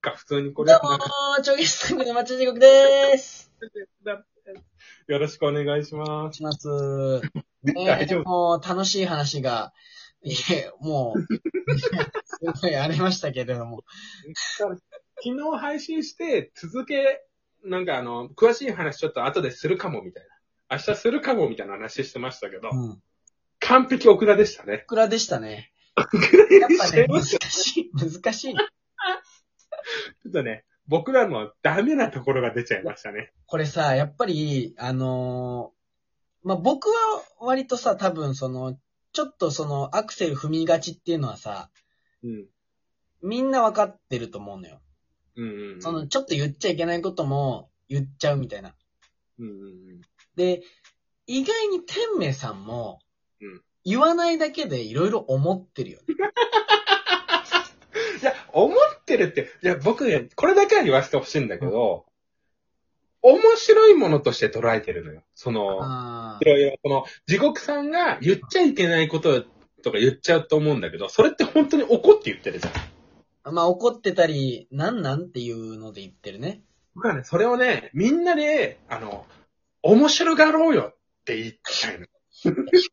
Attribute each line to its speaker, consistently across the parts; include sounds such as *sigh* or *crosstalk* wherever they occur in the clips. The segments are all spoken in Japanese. Speaker 1: か、普通にこれ。
Speaker 2: どうもー、超ゲストの町地獄でーす。
Speaker 1: よろしくお願いします。
Speaker 2: します。ね、
Speaker 1: *laughs* 大丈夫
Speaker 2: もう、楽しい話が、いえ、もう、すごいありましたけれども。
Speaker 1: 昨日配信して、続け、なんかあの、詳しい話ちょっと後でするかもみたいな。明日するかもみたいな話してましたけど、
Speaker 2: うん。い
Speaker 1: 完璧オクラでしたね。
Speaker 2: くらでしたね。やっぱね、難
Speaker 1: *laughs* ち
Speaker 2: しい、難しい。
Speaker 1: ょっとね、僕らのダメなところが出ちゃいましたね。
Speaker 2: これさ、やっぱり、あのーまあ、僕は割とさ、多分その、ちょっとその、アクセル踏みがちっていうのはさ、
Speaker 1: うん。
Speaker 2: みんなわかってると思うのよ。
Speaker 1: うんうんうん。
Speaker 2: その、ちょっと言っちゃいけないことも言っちゃうみたいな。
Speaker 1: うんうん
Speaker 2: で、意外に天明さんも
Speaker 1: うん、
Speaker 2: 言わないだけでいろいろ思ってるよね。
Speaker 1: うん。いや、思ってるって、いや、僕、これだけは言わせてほしいんだけど、面白いものとして捉えてるのよ。その、
Speaker 2: あ
Speaker 1: いろいろ、この、地獄さんが言っちゃいけないこととか言っちゃうと思うんだけど、それって本当に怒って言ってるじゃん。
Speaker 2: ーまあ怒ってたり、なんなんっていうので言ってるね。
Speaker 1: 僕はね、それをね、みんなで、あの、面白がろうよって言いたいの。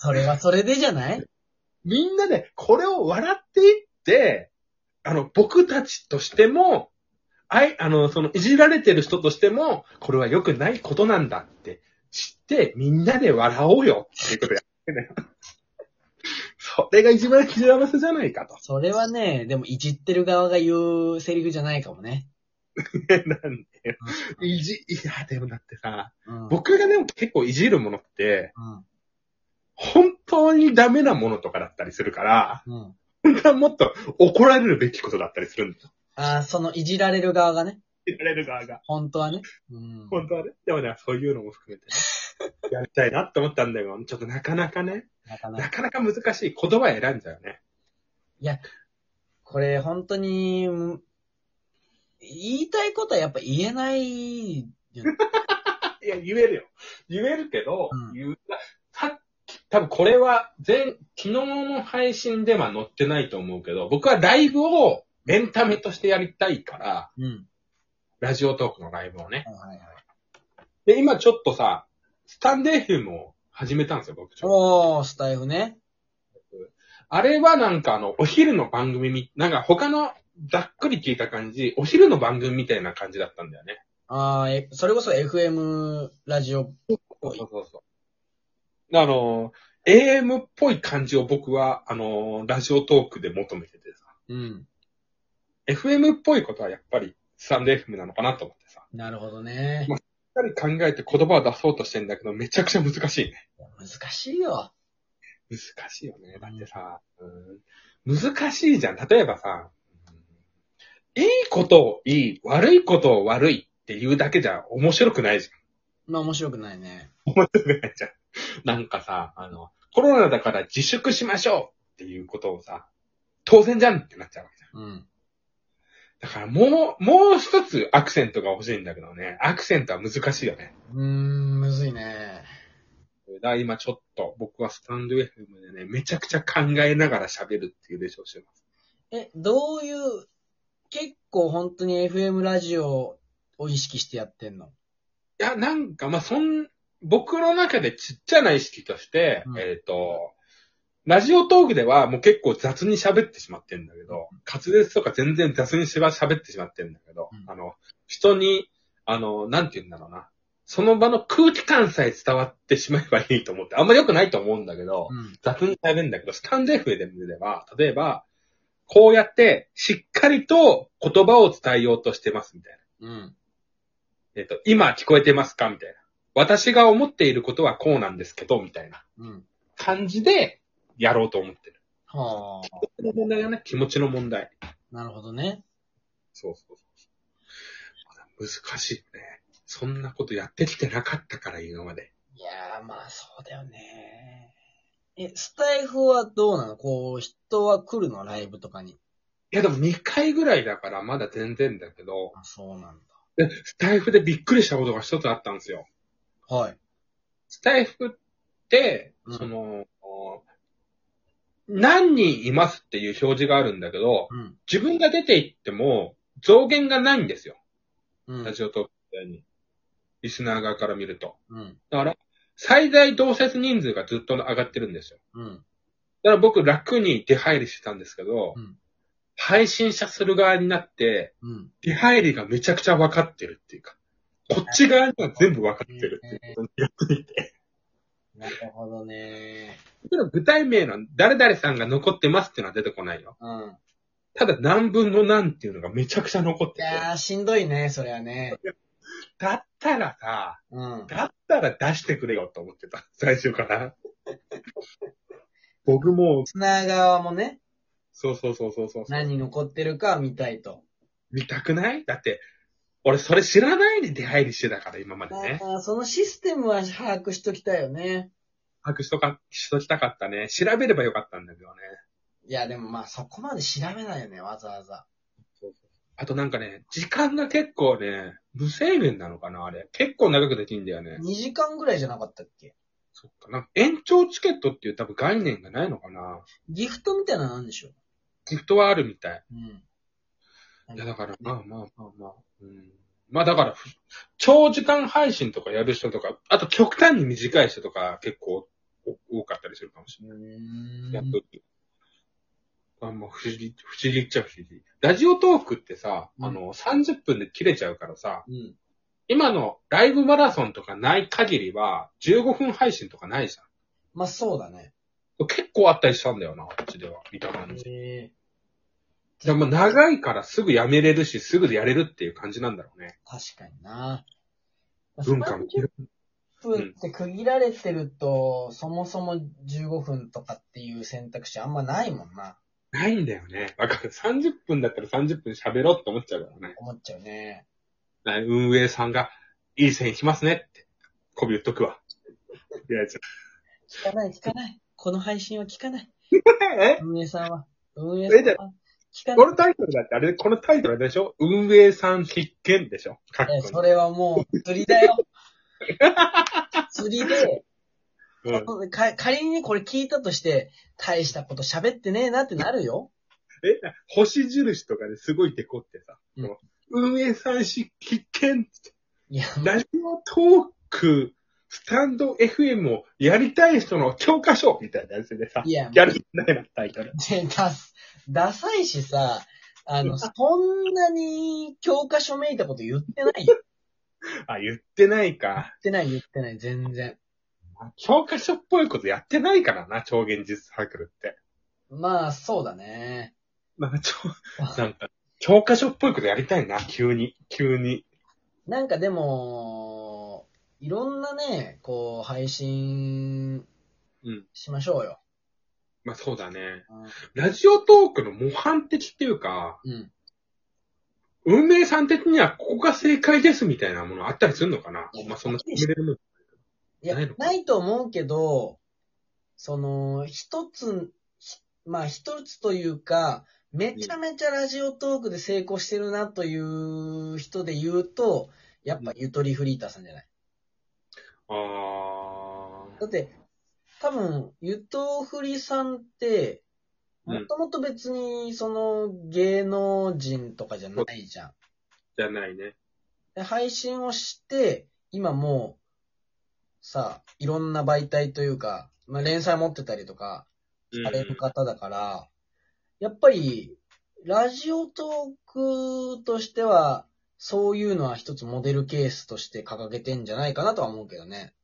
Speaker 2: それはそれでじゃない
Speaker 1: みんなで、これを笑っていって、あの、僕たちとしても、あい、あの、その、いじられてる人としても、これは良くないことなんだって知って、みんなで笑おうよっていうことやってるのよ。 *laughs* それが一番幸せじゃないかと。
Speaker 2: それはね、でもいじってる側が言うセリフじゃないかもね。
Speaker 1: なんでよ。いじ、いや、でもだってさ、
Speaker 2: うん。うん
Speaker 1: 僕がでも結構いじるものって、本当にダメなものとかだったりするから、
Speaker 2: うん。
Speaker 1: 本当はもっと怒られるべきことだったりするんだよ。
Speaker 2: ああ、そのいじられる側がね。
Speaker 1: いられる側が。
Speaker 2: 本当はね。うん。
Speaker 1: 本当はね。でもね、そういうのも含めてね、やりたいなって思ったんだけど、ちょっとなかなかね、
Speaker 2: なかなか
Speaker 1: な。かなか難しい言葉選んじゃうね。
Speaker 2: これ本当に、うん言いたいことはやっぱ言えないよね。
Speaker 1: いや、言えるよ。言えるけど、
Speaker 2: うん
Speaker 1: 言うさっき、多分これは前、昨日の配信では載ってないと思うけど、僕はライブをエンタメとしてやりたいから、
Speaker 2: うん。
Speaker 1: ラジオトークのライブをね。
Speaker 2: はいはいはい。
Speaker 1: で、今ちょっとさ、スタンデーフィムを始めたんですよ、僕ちょっと。
Speaker 2: おー、スタイフね。
Speaker 1: あれはなんかあの、お昼の番組み、なんか他の、ざっくり聞いた感じ、お昼の番組みたいな感じだったんだよね。
Speaker 2: ああ、え、それこそ FM ラジオ。
Speaker 1: そうそうそうそう。あの、AM っぽい感じを僕は、あの、ラジオトークで求めてて
Speaker 2: うん。
Speaker 1: さ、FM っぽいことはやっぱり、スタンデー FM なのかなと思ってさ、
Speaker 2: なるほどね。
Speaker 1: やっぱり考えて言葉を出そうとしてんだけど、めちゃくちゃ難しいね。
Speaker 2: 難しいよ。
Speaker 1: 難しいよね。だってさ、うん、難しいじゃん。例えばさ、うんいいことをいい、悪いことを悪いって言うだけじゃ面白くないじ
Speaker 2: まあ面白くないね。
Speaker 1: ゃん。面白くないじゃん。 *laughs* なんかさ、あの、コロナだから自粛しましょうっていうことをさ、当然じゃんってなっちゃうわけじゃん。
Speaker 2: うん。
Speaker 1: だからもう、もう一つアクセントが欲しいんだけどね。アクセントは難しいよね。
Speaker 2: うーん、むずいね。
Speaker 1: だから今ちょっと僕はスタンド FM でね、めちゃくちゃ考えながら喋るっていう練習をしてます。
Speaker 2: え、どういう、結構本当に FM ラジオを意識してやってんの
Speaker 1: いや、なんか、まあ、そん、僕の中でちっちゃな意識として、
Speaker 2: うん
Speaker 1: えっ、と、ラジオトークではもう結構雑に喋ってしまってんだけど、滑舌とか全然雑にしば喋ってしまってんだけど、
Speaker 2: うん
Speaker 1: あの、人に、あの、なんて言うんだろうな。その場の空気感さえ伝わってしまえばいいと思って、あんま良くないと思うんだけど、
Speaker 2: うん。
Speaker 1: 雑に喋るんだけど、スタンド FM では、例えば、こうやって、しっかりと言葉を伝えようとしてますみたいな。
Speaker 2: うん。
Speaker 1: えっ、と、今聞こえてますかみたいな。私が思っていることはこうなんですけど、みたいな
Speaker 2: うん。
Speaker 1: 感じでやろうと思ってる。
Speaker 2: はあ。
Speaker 1: この問題がね、気持ちの問題。
Speaker 2: なるほどね。
Speaker 1: そうそうそうそう。難しいね。そんなことやってきてなかったから、今まで。
Speaker 2: いやー、まあそうだよね。え、スタイフはどうなのこう、人は来るのライブとかに。
Speaker 1: いや、でも2回ぐらいだから、まだ全然だけど、
Speaker 2: あ、そうなん
Speaker 1: でスタイフでびっくりしたことが一つあったんですよ。
Speaker 2: だ。はい。
Speaker 1: スタイフって、
Speaker 2: うん
Speaker 1: その、何人いますっていう表示があるんだけど、
Speaker 2: うん。
Speaker 1: 自分が出て行っても、増減がないんですよ。
Speaker 2: うん。
Speaker 1: ラジオトークみたいに。リスナー側から見ると。
Speaker 2: うん。
Speaker 1: だから、最大同説人数がずっと上がってるんですよ。
Speaker 2: うん。
Speaker 1: だから僕楽に出入りしてたんですけど、
Speaker 2: うん
Speaker 1: 配信者する側になって、
Speaker 2: うん。
Speaker 1: 出入りがめちゃくちゃ分かってるっていうか、こっち側には全部分かってるっていうことに気がついて。
Speaker 2: なるほどね。
Speaker 1: でも具体名の誰々さんが残ってますっていうのは出てこないよ。
Speaker 2: うん。
Speaker 1: ただ何分の何っていうのがめちゃくちゃ残っ
Speaker 2: い
Speaker 1: てて。
Speaker 2: やー、しんどいね、それはね。
Speaker 1: だったらさ、
Speaker 2: うん。
Speaker 1: だったら出してくれよと思ってた。 *laughs* 最初から。僕も、
Speaker 2: スナー側もね、
Speaker 1: そうそうそうそうそう。
Speaker 2: 何残ってるか見たいと。
Speaker 1: 見たくないだって、俺それ知らないで出入りしてたから、今までね。
Speaker 2: あーそのシステムは把握しときたいよね。
Speaker 1: 把握しとか、しときたかったね。調べればよかったんだけどね。
Speaker 2: いや、でもまあそこまで調べないよね、わざわざ。
Speaker 1: あとなんかね、時間が結構ね、無制限なのかな、あれ。結構長くできんだよね。
Speaker 2: 2時間ぐらいじゃなかったっけ
Speaker 1: そっか。なんか延長チケットっていう多分概念がないのかな。
Speaker 2: ギフトみたいなのなんでしょ
Speaker 1: ギフトはあるみたい。
Speaker 2: うん。
Speaker 1: いや、だから、まあまあまあまあ。うん。まあだから、ふ長時間配信とかやる人とか、あと極端に短い人とか結構お多かったりするかもしれ
Speaker 2: う
Speaker 1: ない。やっ
Speaker 2: ーん
Speaker 1: とき。あんま不思議、不思議っちゃ不思議。ラジオトークってさ、
Speaker 2: うん
Speaker 1: あの、30分で切れちゃうからさ、
Speaker 2: うん。
Speaker 1: 今のライブマラソンとかない限りは、15分配信とかないじ
Speaker 2: まあそうだね。
Speaker 1: ゃん。結構あったりしたんだよな、こっちでは。見た感じ。
Speaker 2: へー
Speaker 1: でも長いからすぐやめれるし、すぐやれるっていう感じなんだろうね。
Speaker 2: 確かにな。
Speaker 1: 文化も。
Speaker 2: 30分って区切られてると、そもそも15分とかっていう選択肢あんまないもんな。
Speaker 1: ないんだよね。わかる。30分だったら30分喋ろうって思っちゃうからね
Speaker 2: 思っちゃうね。。
Speaker 1: な運営さんが、いい線引きますねって、こび言っとくわ。いや、ちょ
Speaker 2: 聞かない聞かない。この配信は聞かない。
Speaker 1: え
Speaker 2: 運営さんは。運営
Speaker 1: えじゃ
Speaker 2: さんは。聞か
Speaker 1: こ
Speaker 2: ない
Speaker 1: のタイトルだって、あれ、このタイトルあれでしょ運営さん必見でしょかっこい
Speaker 2: え
Speaker 1: い
Speaker 2: え。それはもう、釣りだ *laughs* よ。釣りで、
Speaker 1: うん
Speaker 2: か仮にこれ聞いたとして、大したこと喋ってねえなってなるよ。
Speaker 1: え、星印とかですごいデコってさ、
Speaker 2: うん
Speaker 1: この運営さんし必見、
Speaker 2: いや、
Speaker 1: ラジオトーク、スタンド FM をやりたい人の教科書みたいなやつでさ、
Speaker 2: いや、
Speaker 1: やるんだよな、タイトル。
Speaker 2: で、ダス、ダサいしさ、あの、そんなに教科書めいたこと言ってないよ。
Speaker 1: あ、言ってないか
Speaker 2: 言。ってない言ってない、全然。
Speaker 1: 教科書っぽいことやってないからな、超現実サークルって。
Speaker 2: まあ、そうだね。
Speaker 1: なんか、ちょ、なんか、教科書っぽいことやりたいな、急に、急に。
Speaker 2: なんかでも、いろんなね、こう、配信
Speaker 1: うん。
Speaker 2: しましょうよ。
Speaker 1: まあそうだね。
Speaker 2: うん
Speaker 1: ラジオトークの模範的っていうか、
Speaker 2: うん。
Speaker 1: 運営さん的にはここが正解ですみたいなものあったりするのかなまあそんな決めれるもん。
Speaker 2: いや
Speaker 1: ないの、か
Speaker 2: ないと思うけど、その、一つ、ひまあ一つというか、めちゃめちゃラジオトークで成功してるなという人で言うと、やっぱゆとりフリーターさんじゃない。
Speaker 1: あ
Speaker 2: だって、多分、ゆとふりさんって、
Speaker 1: うん
Speaker 2: もともと別に、その、芸能人とかじゃないじゃん。
Speaker 1: ー、じゃないね。
Speaker 2: で、配信をして、今もう、さ、いろんな媒体というか、まあ、連載持ってたりとか、
Speaker 1: うん
Speaker 2: される方だから、やっぱり、ラジオトークとしては、そういうのは一つモデルケースとして掲げてんじゃないかなとは思うけどね。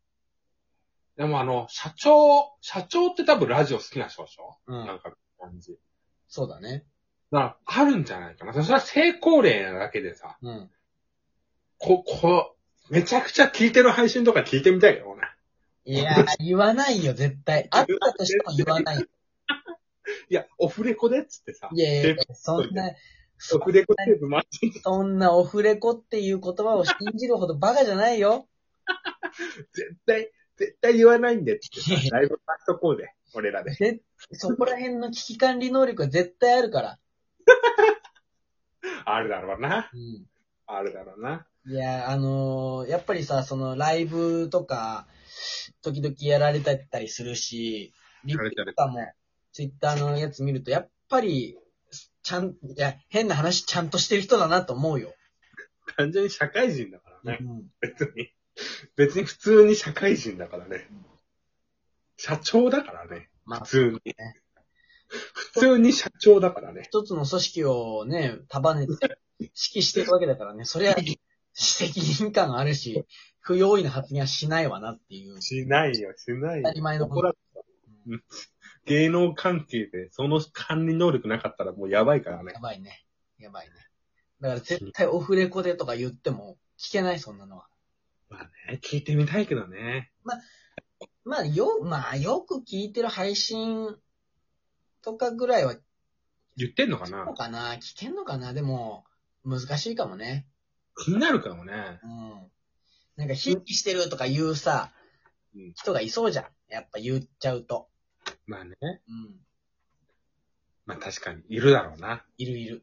Speaker 1: でもあの、社長、社長って多分ラジオ好きな人でしょ
Speaker 2: う。
Speaker 1: なんんか感じ。
Speaker 2: そうだね。
Speaker 1: だから、あるんじゃないかな。そしたら成功例なだけでさ、
Speaker 2: うん。
Speaker 1: こ、こ、めちゃくちゃ聞いてる配信とか聞いてみたいよね。
Speaker 2: いやー、言わないよ、絶対。あったとしても *laughs* 言わない。
Speaker 1: いや、オフレコでっつってさ
Speaker 2: い、やいやいや、 *laughs* そんな、
Speaker 1: オ
Speaker 2: そ
Speaker 1: フレコテープ回してる
Speaker 2: そんなオフレコっていう言葉を信じるほどバカじゃないよ。
Speaker 1: 絶対、絶対言わないんでっつって
Speaker 2: いやい
Speaker 1: さ、ライブ回しとこうで、俺らで。
Speaker 2: ぜそこら辺の危機管理能力は絶対あるから。
Speaker 1: あるだろうな。
Speaker 2: うん。
Speaker 1: あるだろうな。
Speaker 2: いや、あのーやっぱりさ、そのライブとか、時々やられてたりするし、リプとかも、ツイッターのやつ見ると、やっぱり、ちゃん、いや、変な話、ちゃんとしてる人だなと思うよ。
Speaker 1: 単純に社会人だからね。
Speaker 2: うん
Speaker 1: 別に。別に普通に社会人だからね。社長だからね。
Speaker 2: まあ
Speaker 1: 普、通に。普通に社長だからね。
Speaker 2: 一つの組織をね、束ねて、指揮していくわけだからね、そりゃ、責任感あるし、不用意な発言はしないわなっていう。
Speaker 1: しないよ、しないよ。
Speaker 2: 当たり前のこと
Speaker 1: 怒らうん芸能関係でその管理能力なかったらもうやばいからね
Speaker 2: や。ばいね。やばいね。だから絶対オフレコでとか言っても聞けない、そんなのは。
Speaker 1: まあね、聞いてみたいけどね。
Speaker 2: まあ、よ、まあ、よく聞いてる配信とかぐらいは聞
Speaker 1: 言ってんのか
Speaker 2: けん
Speaker 1: な
Speaker 2: のかな聞けんのかなでも、難しいかもね。
Speaker 1: 気になるかもね。
Speaker 2: うん。なんか、ひいきしてるとか言うさ
Speaker 1: うん、
Speaker 2: 人がいそうじゃん。やっぱ言っちゃうと。
Speaker 1: まあね。
Speaker 2: うん。
Speaker 1: まあ確かに、いるだろうな。
Speaker 2: いるいる。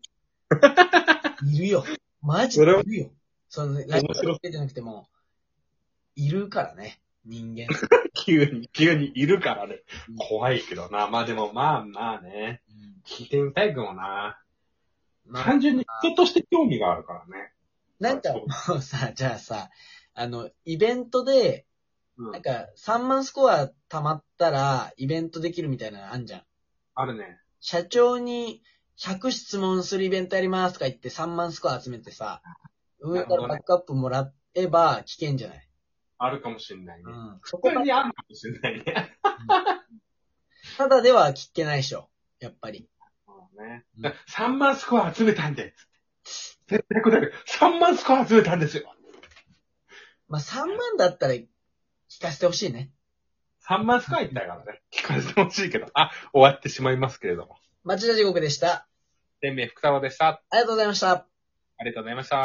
Speaker 2: いるよ。マジでいるよ。その、ラジオだけじゃなくても、いるからね。人間。
Speaker 1: 急に、急にいるからね
Speaker 2: うん。
Speaker 1: 怖いけどな。まあでもまあまあね。
Speaker 2: うん
Speaker 1: 聞いてみたいかもな。
Speaker 2: まあ
Speaker 1: 単純に人として興味があるからね。
Speaker 2: なんか、もうさ、じゃあさ、あの、イベントで、
Speaker 1: うん
Speaker 2: なんか、3万スコア溜まったら、イベントできるみたいなのあんじゃん。
Speaker 1: あるね。
Speaker 2: 社長に100質問するイベントやりますとか言って3万スコア集めてさ、上からバックアップもらえば聞けんじゃない、
Speaker 1: あるかもしれないね
Speaker 2: う。ん。そこ
Speaker 1: 他
Speaker 2: が、
Speaker 1: にあるかもしれないね。
Speaker 2: ただでは聞けないでしょ。やっぱり。
Speaker 1: そうね
Speaker 2: うん。
Speaker 1: だから3万スコア集めたんで。絶対答える。3万スコア集めたんですよ。
Speaker 2: まあ、3万だったら聞かせてほしいね。
Speaker 1: 3万スコアいったからね。聞かせてほしいけど。あ、終わってしまいますけれども。
Speaker 2: 町田地獄でした。
Speaker 1: 天命福沢でした。
Speaker 2: ありがとうございました。
Speaker 1: ありがとうございました。